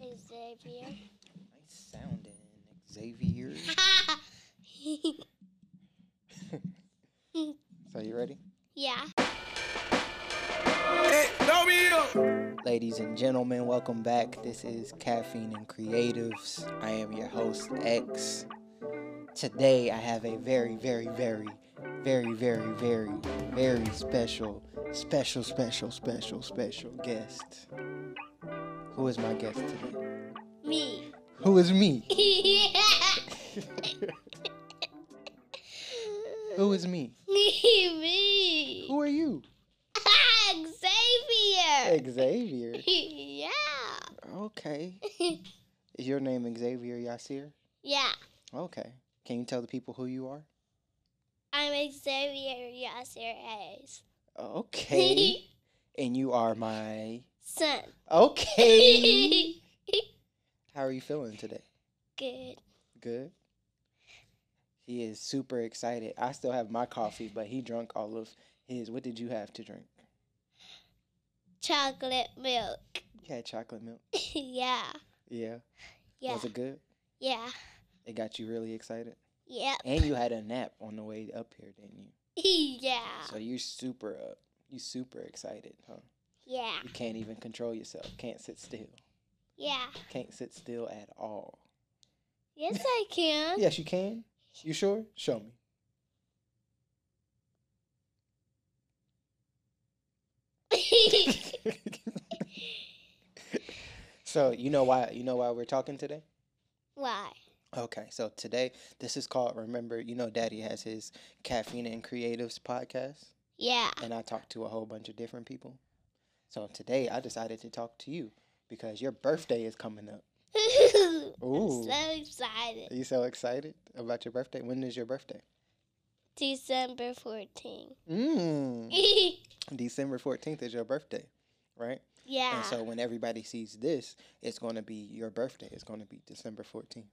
Xavier. Nice sounding, Xavier. so you ready? yeah. Ladies and gentlemen, welcome back. This is Caffeine and Creatives. I am your host, X. Today I have a very, very, very, very, very, very, very special, special, special, special, special guest. Who is my guest today? Me. Who is me? Who is me? Me. Who are you? Xavier. Xavier. yeah. Okay. Is your name Xavier Yasir? Yeah. Okay. Can you tell the people who you are? I'm Xavier Yasser Hayes. Okay. and you are my. Son. Okay. How are you feeling today? Good. Good. He is super excited. I still have my coffee, but he drank all of his. What did you have to drink? Chocolate milk. You had chocolate milk. yeah. Yeah. Yeah. Was it good? Yeah. It got you really excited. Yep. And you had a nap on the way up here, didn't you? yeah. So you're super up. You super excited, huh? Yeah. You can't even control yourself. Can't sit still. Yeah. Can't sit still at all. Yes, I can. Yes, you can. You sure? Show me. so you know why you know why we're talking today? Why? Okay, so today this is called remember, you know Daddy has his Caffeine and Creatives podcast Yeah. and I talked to a whole bunch of different people. So today I decided to talk to you because your birthday is coming up. I'm Ooh. so excited. Are you so excited about your birthday? When is your birthday? December 14th. Mm. December 14th is your birthday, right? yeah. And so when everybody sees this, it's going to be your birthday. It's going to be December 14th.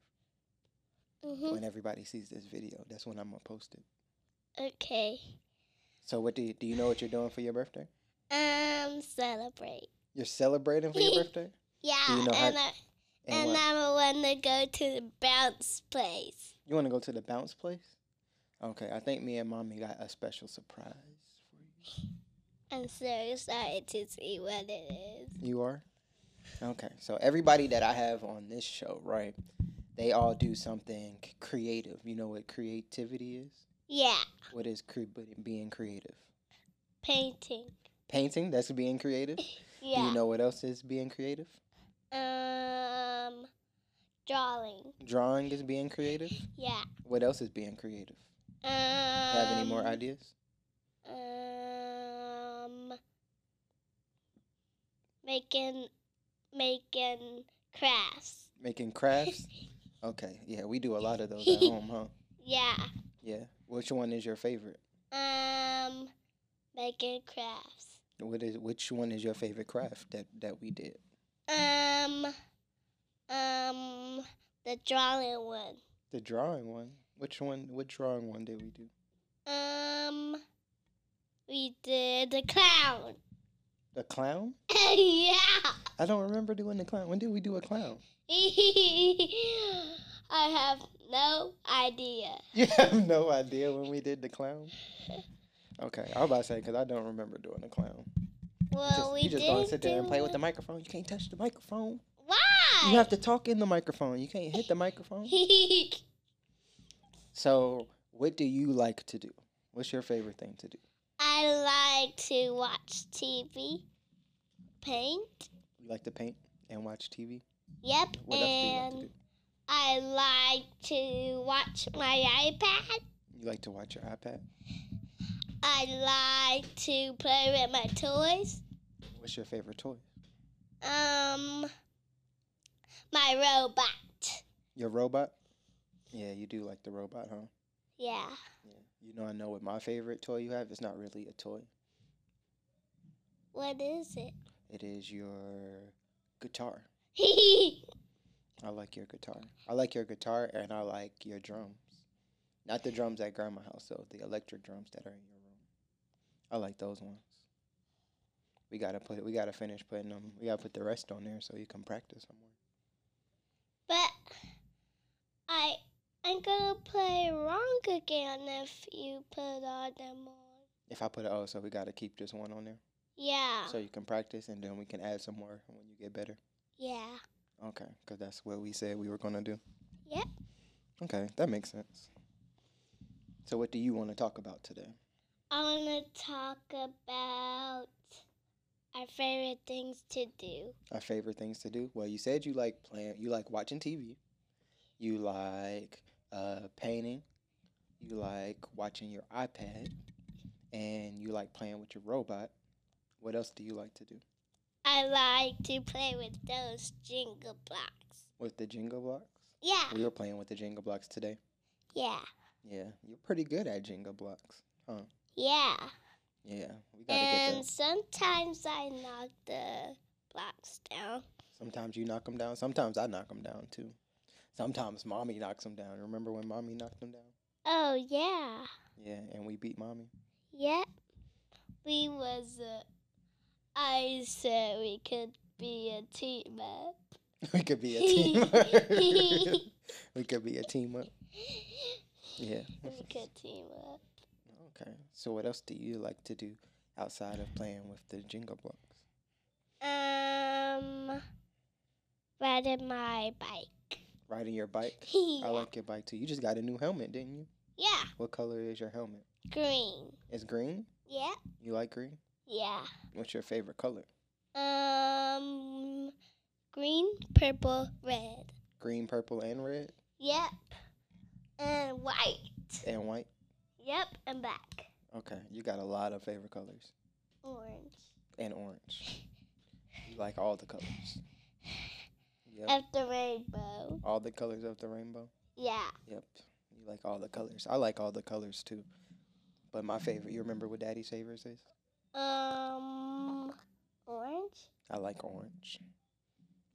hmm When everybody sees this video, that's when I'm going to post it. Okay. So what do you, do you know what you're doing for your birthday? Um, celebrate. You're celebrating for your birthday? Yeah. Do you know how- and I, And and, what? I want to go to the bounce place. You want to go to the bounce place? Okay, I think me and Mommy got a special surprise for you. I'm so excited to see what it is. You are? Okay. So everybody that I have on this show, right? They all do something c- creative. You know what creativity is? Yeah. What is cre- being creative? Painting. Painting, that's being creative. Yeah. Do you know what else is being creative? Um, drawing. Drawing is being creative. Yeah. What else is being creative? Um, You have any more ideas? Um, making, making crafts. Making crafts? Okay, yeah, we do a lot of those at home, huh? Yeah. Yeah. Which one is your favorite? Um, making crafts. What is which one is your favorite craft that that we did? Um, um, the drawing one. The drawing one. Which one? What drawing one did we do? Um, we did the clown. The clown? yeah. I don't remember doing the clown. When did we do a clown? I have no idea. You have no idea when we did the clown. Okay, I was about to say because I don't remember doing the clown. Well, just, we you just did don't sit there and do play with it. the microphone. You can't touch the microphone. Why? You have to talk in the microphone. You can't hit the microphone. So, what do you like to do? What's your favorite thing to do? I like to watch TV, paint. You like to paint and watch TV? Yep, What else do you and like to do? I like to watch my iPad. You like to watch your iPad? I like to play with my toys. What's your favorite toy? Um, my robot. Your robot? Yeah, you do like the robot, huh? Yeah. Yeah. You know, I know what my favorite toy you have. It's not really a toy. What is it? It is your guitar. I like your guitar. I like your guitar and I like your drums. Not the drums at grandma's house, though, the electric drums that are in your room. I like those ones. We gotta put we gotta finish putting them we gotta put the rest on there so you can practice some more. gonna play wrong again if you put all them on. If I put it, oh, so we got to keep just one on there Yeah. so you can practice and then we can add some more when you get better. yeah. Okay, because that's what we said we were going to do. Yep. Okay, that makes sense. So, what do you want to talk about today? I wanna talk about our favorite things to do. Our favorite things to do? Well, you said you like playing, you like watching TV, you like uh, painting, you like watching your iPad, and you like playing with your robot. What else do you like to do? I like to play with those jingle blocks. With the Jenga blocks? Yeah. We were playing with the Jenga blocks today. Yeah. Yeah, you're pretty good at Jenga blocks. Yeah. Yeah, we gotta get And that. sometimes I knock the blocks down. Sometimes you knock them down. Sometimes I knock them down too. Sometimes mommy knocks them down. Remember when mommy knocked them down? Oh yeah. Yeah, and we beat mommy. Yep. We was uh, I said we could be a team up. we could be a team. we could be a team up. Yeah. we could team up. Okay. So what else do you like to do outside of playing with the Jenga blocks? Um riding my bike. Riding your bike. I yeah. like your bike too. You just got a new helmet, didn't you? yeah. What color is your helmet? Green. It's green. Yeah. You like green? Yeah. What's your favorite color? Um green, purple, red. Green, purple, and red, Yep. And white. and white. Yep, and black. Okay, you got a lot of favorite colors, Orange. and orange. You like all the colors. Yep. Of the rainbow. all the colors of the rainbow. Yeah. Yep. You like all the colors. I like all the colors too. But my favorite, you remember what Daddy's favorite is? Um, orange, I like orange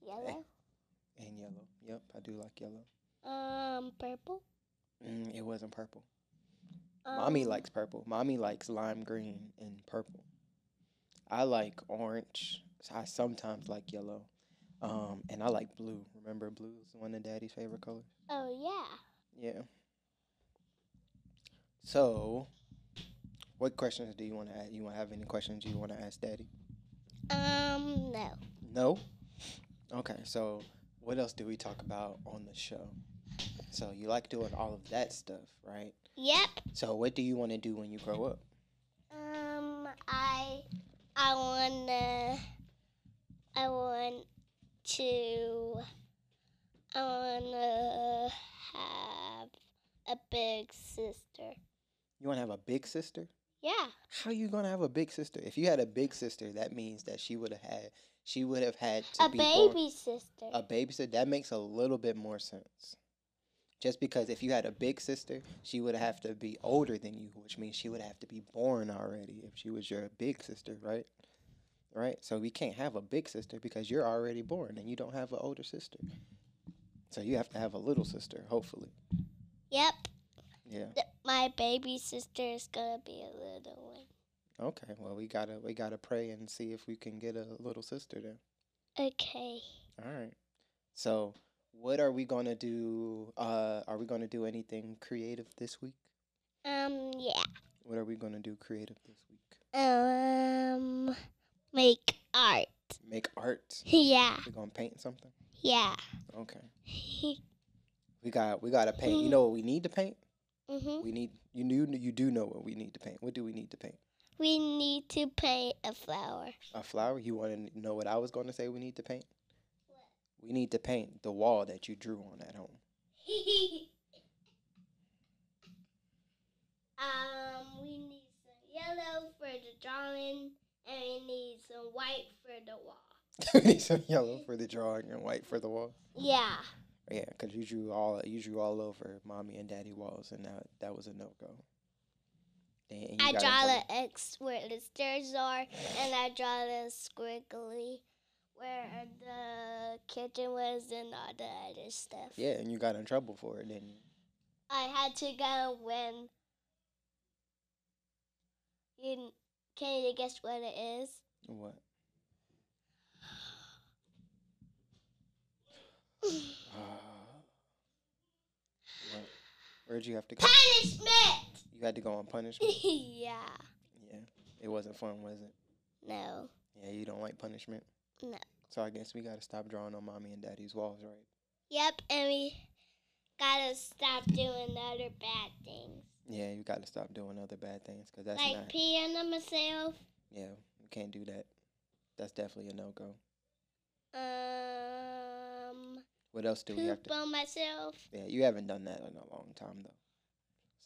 yellow, and yellow. Yep, I do like yellow. um, purple. Mm, it wasn't purple. Um, Mommy likes purple. Mommy likes lime green and purple. I like orange. So I sometimes like yellow. Um, and I like blue. Remember, blue is one of Daddy's favorite colors. Oh yeah. Yeah. So, what questions do you want to ask? You want to have any questions you want to ask Daddy? Um, no. No. Okay. So, what else do we talk about on the show? So you like doing all of that stuff, right? Yep. So what do you want to do when you grow up? Um, I, I wanna, I want to, I wanna have a big sister. You want to have a big sister? Yeah. How you gonna have a big sister? If you had a big sister, that means that she would have had she would have had to a be baby born- sister. a babysitter. That makes a little bit more sense. Just because if you had a big sister, she would have to be older than you, which means she would have to be born already if she was your big sister, right? Right? So we can't have a big sister because you're already born and you don't have an older sister. So you have to have a little sister, hopefully. yep. Yeah. Th- my baby sister is gonna be a little one. Okay. Well, we gotta we gotta pray and see if we can get a little sister then. Okay. All right. So, what are we gonna do? Uh, are we gonna do anything creative this week? Um, yeah. What are we gonna do creative this week? Um, make art. Make art. Yeah, We're gonna paint something. yeah. Okay. We got we gotta paint. You Mhm. know what we need to paint? hmm We need you knew you do know what we need to paint. What do we need to paint? We need to paint a flower. A flower. You wanna know what I was gonna say we need to paint? We need to paint the wall that you drew on at home. um, we need some yellow for the drawing, and we need some white for the wall. we need some yellow for the drawing and white for the wall. Yeah, Yeah, because you drew all you drew all over mommy and daddy walls, and that that was a no go. I draw the X where the stairs are, and I draw the squiggly where the kitchen was, and all the other stuff. Yeah, and you got in trouble for it, didn't you? I had to go when. You, can you guess what it is? What? Uh, what? Where'd you have to go? Punishment. You had to go on punishment? yeah. Yeah. It wasn't fun, was it? No. Yeah, you don't like punishment? No. So I guess we gotta stop drawing on mommy and daddy's walls, right? Yep, and we gotta stop doing other bad things. Yeah, you gotta stop doing other bad things because that's like not. peeing on myself. yeah, you can't do that. That's definitely a no go. Um What else do we have poop to? on myself. Yeah, you haven't done that in a long time though,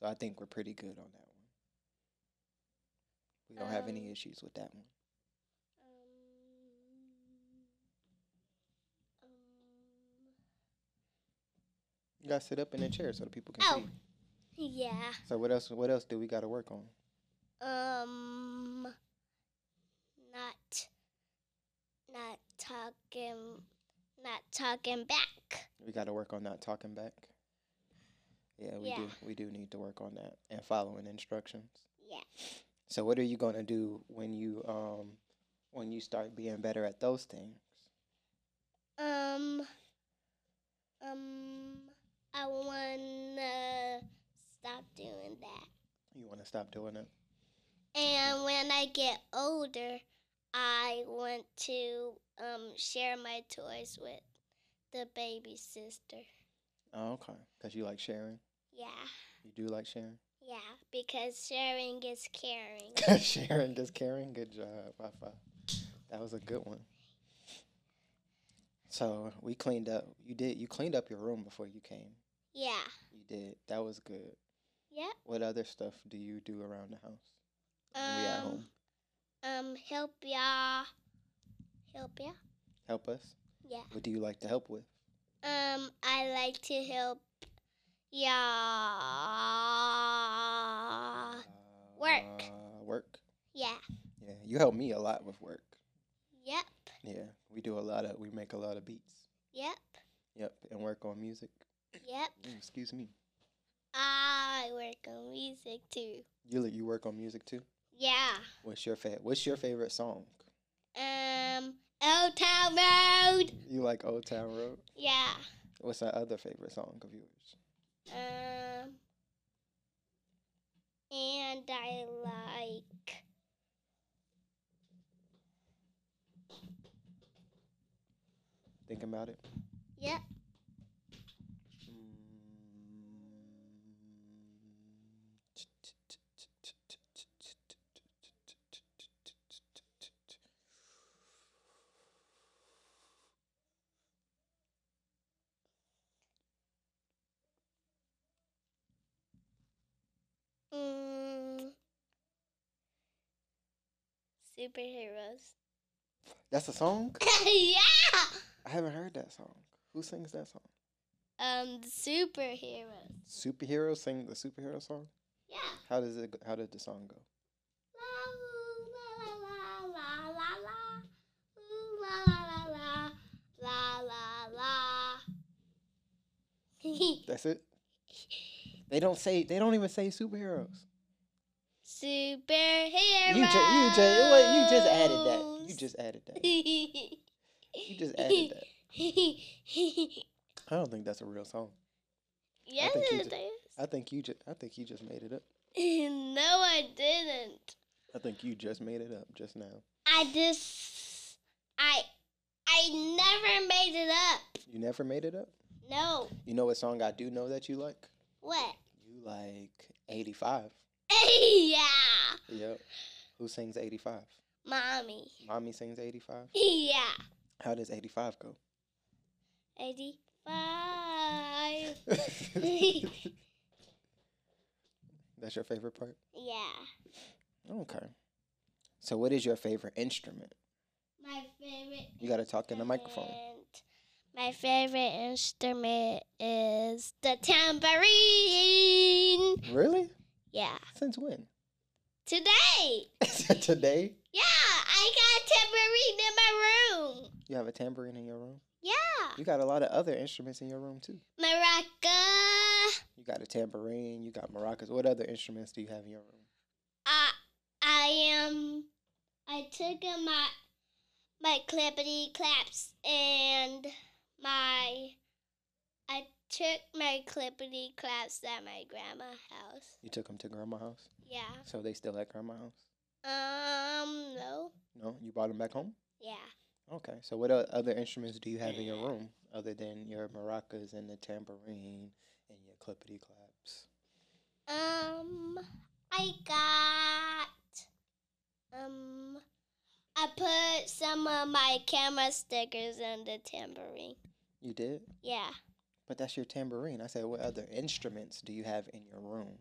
so I think we're pretty good on that one. We don't have any Um, issues with that one. Um, um, You gotta sit up in the chair so the people can Oh. see. yeah. So what else? What else do we gotta work on? Um not not talking not talking back. We gotta work on not talking back. Yeah, we Yeah. do. We do need to work on that and following instructions. Yeah. So what are you gonna do when you um when you start being better at those things? Um, um, I wanna stop doing that. You wanna stop doing it? And when I get older, I want to um share my toys with the baby sister. Oh, okay. Cause you like sharing. Yeah, You do like sharing. yeah, because sharing is caring. sharing is caring. Good job. High five. That was a good one. So we cleaned up. You did. You cleaned up your room before you came. yeah. You did. That was good. Yep. What other stuff do you do around the house? when we at Um, home. Um, help y'all. Help y'all. Help us. Yeah. What do you like to help with? Um, I like to help y'all. Uh, work. Uh, work. Yeah. Yeah. You help me a lot with work. Yep. Yeah. We do a lot of. We make a lot of beats. Yep. Yep. And work on music. Yep. Mm, Excuse me. I work on music too. You li- you work on music too. Yeah. What's your favorite? What's your favorite song? Um, Old Town Road. You like Old Town Road? Yeah. What's that other favorite song of yours? Um, and I like. Think about it. Yep. Mm, superheroes. That's a song? yeah. I haven't heard that song. Who sings that song? Um, superheroes. Superhero sing the superhero song? Yeah. How does it? go- How did the song go? That's it. They don't say. They don't even say superheroes. Superhero. You just. You just. It was, you just added that. You just added that. You just added that. I don't think that's a real song. yes, think you it I think you just. I think you just made it up. is. no, I didn't. I think you just made it up just now. I just, I, I never made it up. You never made it up. No, You know what song I do know that you like? what? You like 85. yeah, Yep. Who sings 85? mommy. Mommy sings 85. Yeah. How does 85 go? 85. That's your favorite part? yeah. Okay. So, what is your favorite instrument? My favorite. You got to talk in the microphone. instrument- My favorite instrument is the tambourine. Really? Yeah. Since when? Today. Today? Yeah, I got a tambourine in my room. You have a tambourine in your room? Yeah. You got a lot of other instruments in your room, too. Maraca. You got a tambourine, you got maracas. What other instruments do you have in your room? I I am. I took out my my clippity claps and my I took my clippity claps at my grandma's house. You took them to grandma's house? Yeah. So they still at grandma's house? Um, no. No? You brought them back home? Yeah. Okay. So what o- other instruments do you have in your room other than your maracas and the tambourine and your clippity claps? Um, I got um, I put some of my camera stickers on the tambourine. You did? Yeah. But that's your tambourine. I said, what other instruments do you have in your room?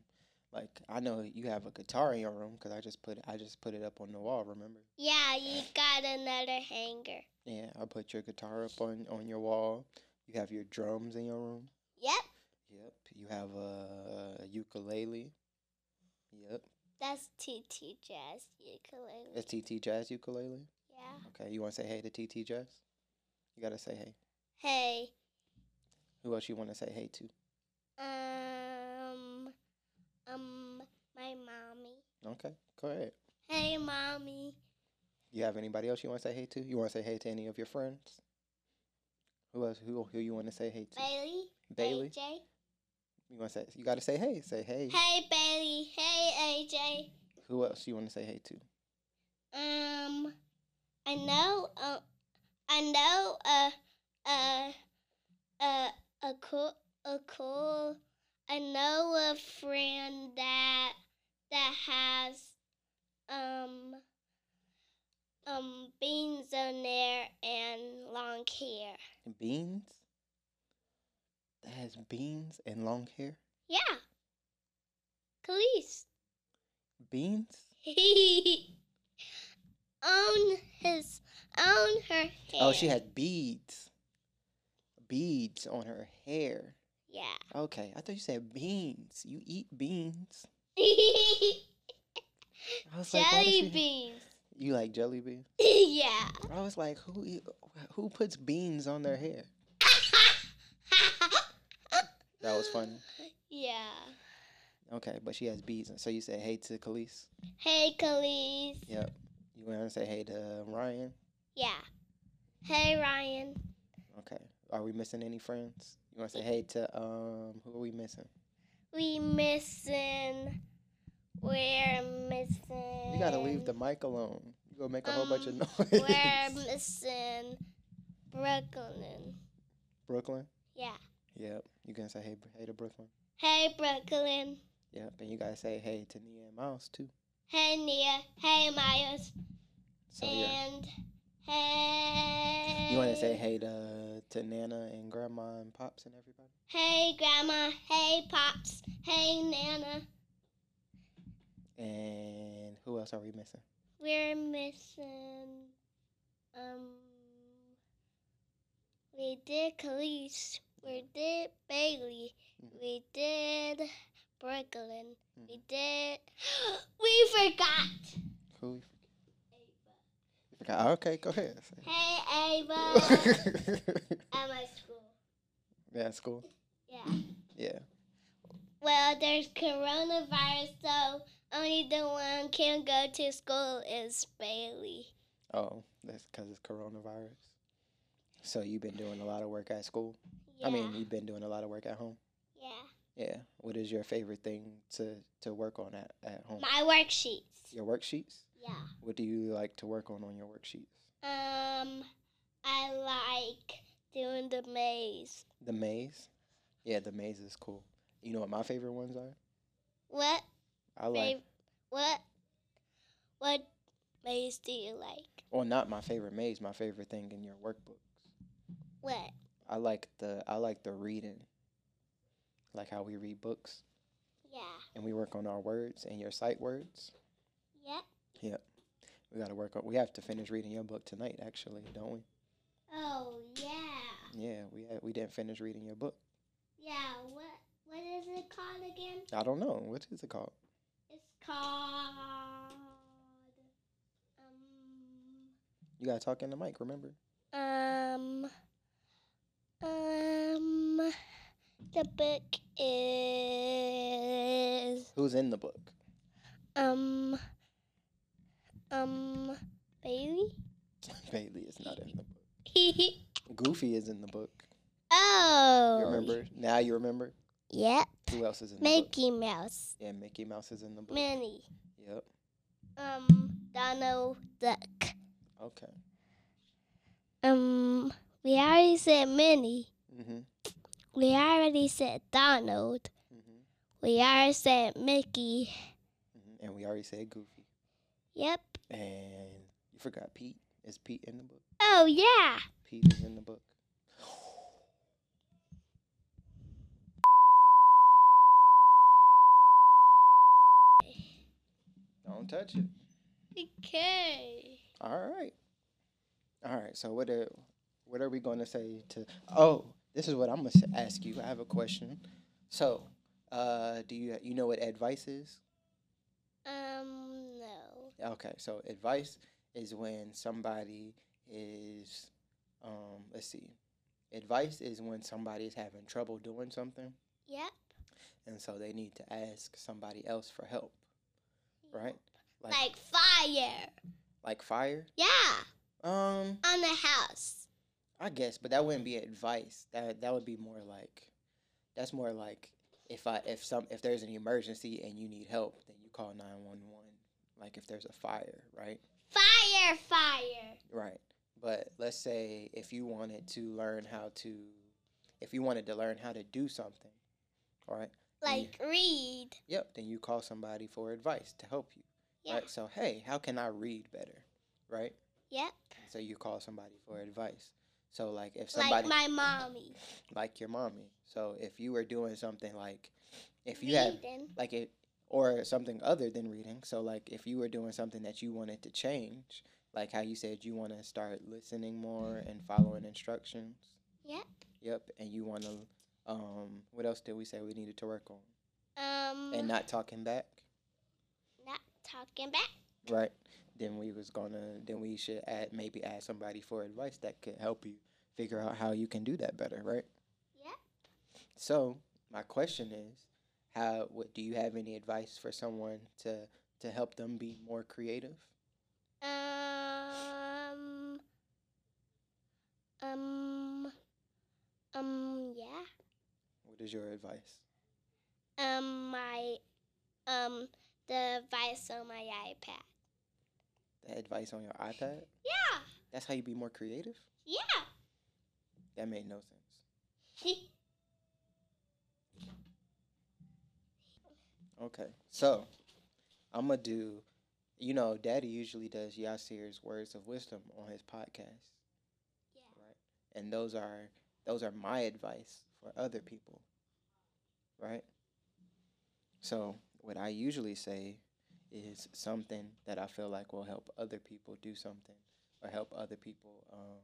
Like I know you have a guitar in your room because I just put I just put it up on the wall. Remember? Yeah, you got another hanger. Yeah, I put your guitar up on on your wall. You have your drums in your room. Yep, Yep. You have a, ukulele. Yep. that's TT Jazz ukulele. A TT Jazz ukulele. Yeah. Okay. You want to say hey to TT Jazz? You gotta say hey. Hey, Who else you want to say hey to? um, um, my mommy. Okay. Go ahead. Hey, mommy. You have anybody else you want to say hey to? You want to say hey to any of your friends? Who else? Who who you want to say hey to? Bailey. Bailey. AJ. You want to say? You gotta say hey. Say hey. Hey, Bailey. Hey, AJ. Who else you want to say hey to? Um, I know. Uh, I know. Uh, uh, uh, a cool, a cool. I know a friend that that has um um beans on there and long hair. Beans. That has beans and long hair. Yeah, Khalees. Beans own his own her hair. Oh, she had beads. Beads on her hair. yeah. Okay, I thought you said beans. You eat beans. I was like, why does Jelly she- beans. You like jelly beans? yeah. I was like, who eat, who puts beans on their hair? That was funny. Yeah. Okay, but she has beads. So you said hey to Khalees. Hey, Khalees. Yep. You want to say hey to um, Ryan? Yeah. Hey, Ryan. Okay. Are we missing any friends? You want to say hey to um? Who are we missing? We missing. We're missing. You gotta leave the mic alone. You gonna make a whole bunch of Um, noise. We're missing Brooklyn. Brooklyn. Yeah. Yep. You gonna say hey, hey to Brooklyn? Hey, Brooklyn. Yep. And you gotta say hey to Nia and Miles too. Hey, Nia. Hey, Miles. So yeah. and hey. You want to say hey to to Nana and Grandma and Pops and everybody? Hey, Grandma. Hey, Pops. Hey, Nana. And who else are we missing? We're missing. Um. We did Khalees. We did Bailey. Mhm. We did Brooklyn. We Mhm. did. We forgot. Who? we Forgot. "Ah, Okay, go ahead. Say- Hey, Ava. At my school. yeah, it's cool. Yeah. Yeah. Well, there's coronavirus, so only the one can go to school is Bailey. Oh, that's because it's coronavirus. So you've been doing a lot of work at school. Yeah. I mean, you've been doing a lot of work at home. yeah. Yeah. What is your favorite thing to to work on at at home? My worksheets. Your worksheets. Yeah. What do you like to work on on your worksheets? Um, I like doing the maze. The maze. Yeah, the maze is cool. You know what my favorite ones are? What I like fav- What? What maze do you like? well not my favorite maze, my favorite thing in your workbooks. What? I like the I like the reading. Like how we read books Yeah. and we work on our words and your sight words. Yep. We gotta work on we have to finish reading your book tonight actually, don't we? Oh yeah. Yeah, we had, we didn't finish reading your book. Yeah. What? What is it called again? I don't know. What is it called? It's called. Um. You gotta talk in the mic, remember? Um, um, the book is Who's in the book? um, um, Bailey. Bailey is not in the book. Goofy is in the book. oh Oh. You remember? Now you remember? Yep. Who else is in the book? Mickey Mouse. Yeah, Mickey Mouse is in the book. Minnie. Yep. Um, Donald Duck. Okay. Um, we already said Minnie. Mm-hmm. We already said Donald. Mm-hmm. We already said Mickey. hmm And we already said Goofy. Yep. And you forgot Pete. Is Pete in the book? Oh, yeah. Pete is in the book. Don't touch it. Okay. All right. All right. So what are what are we going to say to? Oh, this is what I'm gonna s- ask you. I have a question. So, uh, do you you know what advice is? Um, no. Okay, so advice is when somebody is, um, let's see, advice is when somebody is having trouble doing something, Yep. and so they need to ask somebody else for help, right? Like like, Like fire. fire. Yeah. Um, On the house. I guess, but that wouldn't be advice. That that would be more like, that's more like if I if some if there's an emergency and you need help, then you call nine one one. Like if there's a fire, right? Fire, fire. Right. But let's say if you wanted to learn how to, if you wanted to learn how to do something, all right, Like read. yep, then you call somebody for advice to help you. Yeah. Right. So, hey, how can I read better? Right. Yep. So you call somebody for advice. So like if like somebody like, my mommy. your mommy. So if you were doing something like if you had Reading. like it or something other than reading. So like if you were doing something that you wanted to change, like how you said you want to start listening more and following instructions. Yep. Yep, and you want to um what else did we say we needed to work on? Um, And uh, not talking back, not talking back. right? Then we was going to then we should add maybe add somebody for advice that could help you figure out how you can do that better, right? Yep. So, my question is how what do you have any advice for someone to to help them be more creative? Um, um, um, yeah. What is your advice? Um, my, um, the device on my iPad. The advice on your iPad? Yeah. That's how you be more creative? Yeah. That made no sense. Okay. So, I'm going to do you know, Daddy usually does Yasir's words of wisdom on his podcast, yeah. right? And those are those are my advice for other people. Right? So, what I usually say is something that I feel like will help other people do something or help other people um,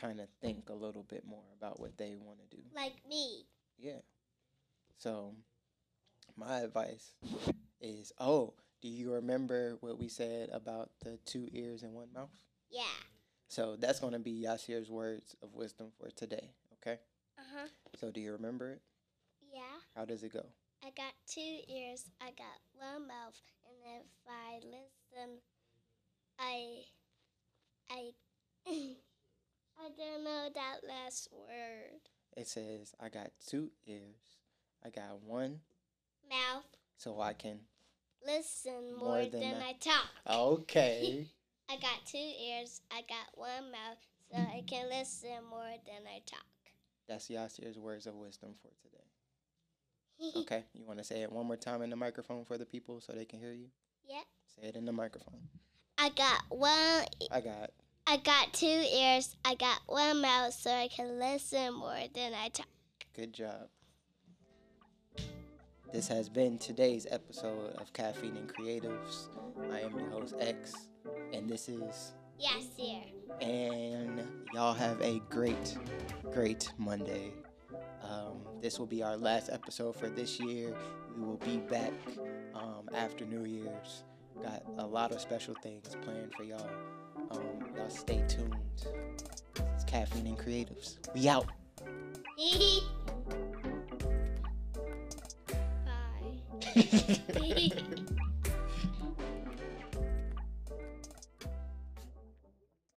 kind of think a little bit more about what they want to do. Like me. Yeah. So, my advice is oh, do you remember what we said about the two ears and one mouth? Yeah. So, that's going to be Yasir's words of wisdom for today. Okay. Uh huh. So, do you remember it? Yeah. How does it go? I got two ears, I got one mouth, and if I listen, I, I, I don't know that last word. It says, I got two ears, I got one, Mouth, so I can. listen More more, than than, I- I talk. Okay. I got two ears, I got one mouth, so I can listen more than I talk. That's Yasir's words of wisdom for today. Okay. You want to say it one more time in the microphone for the people so they can hear you? Yep. Say it in the microphone. I got one. I got I got two ears. I got one mouth, so I can listen more than I talk. Good job. This has been today's episode of Caffeine and Creatives. I am your host, X, and this is. Yes, dear. And y'all have a great, great Monday. Um, this will be our last episode for this year. We will be back um, after New Year's. Got a lot of special things planned for y'all. Um, y'all stay tuned. It's Caffeine and Creatives. We out. Bye.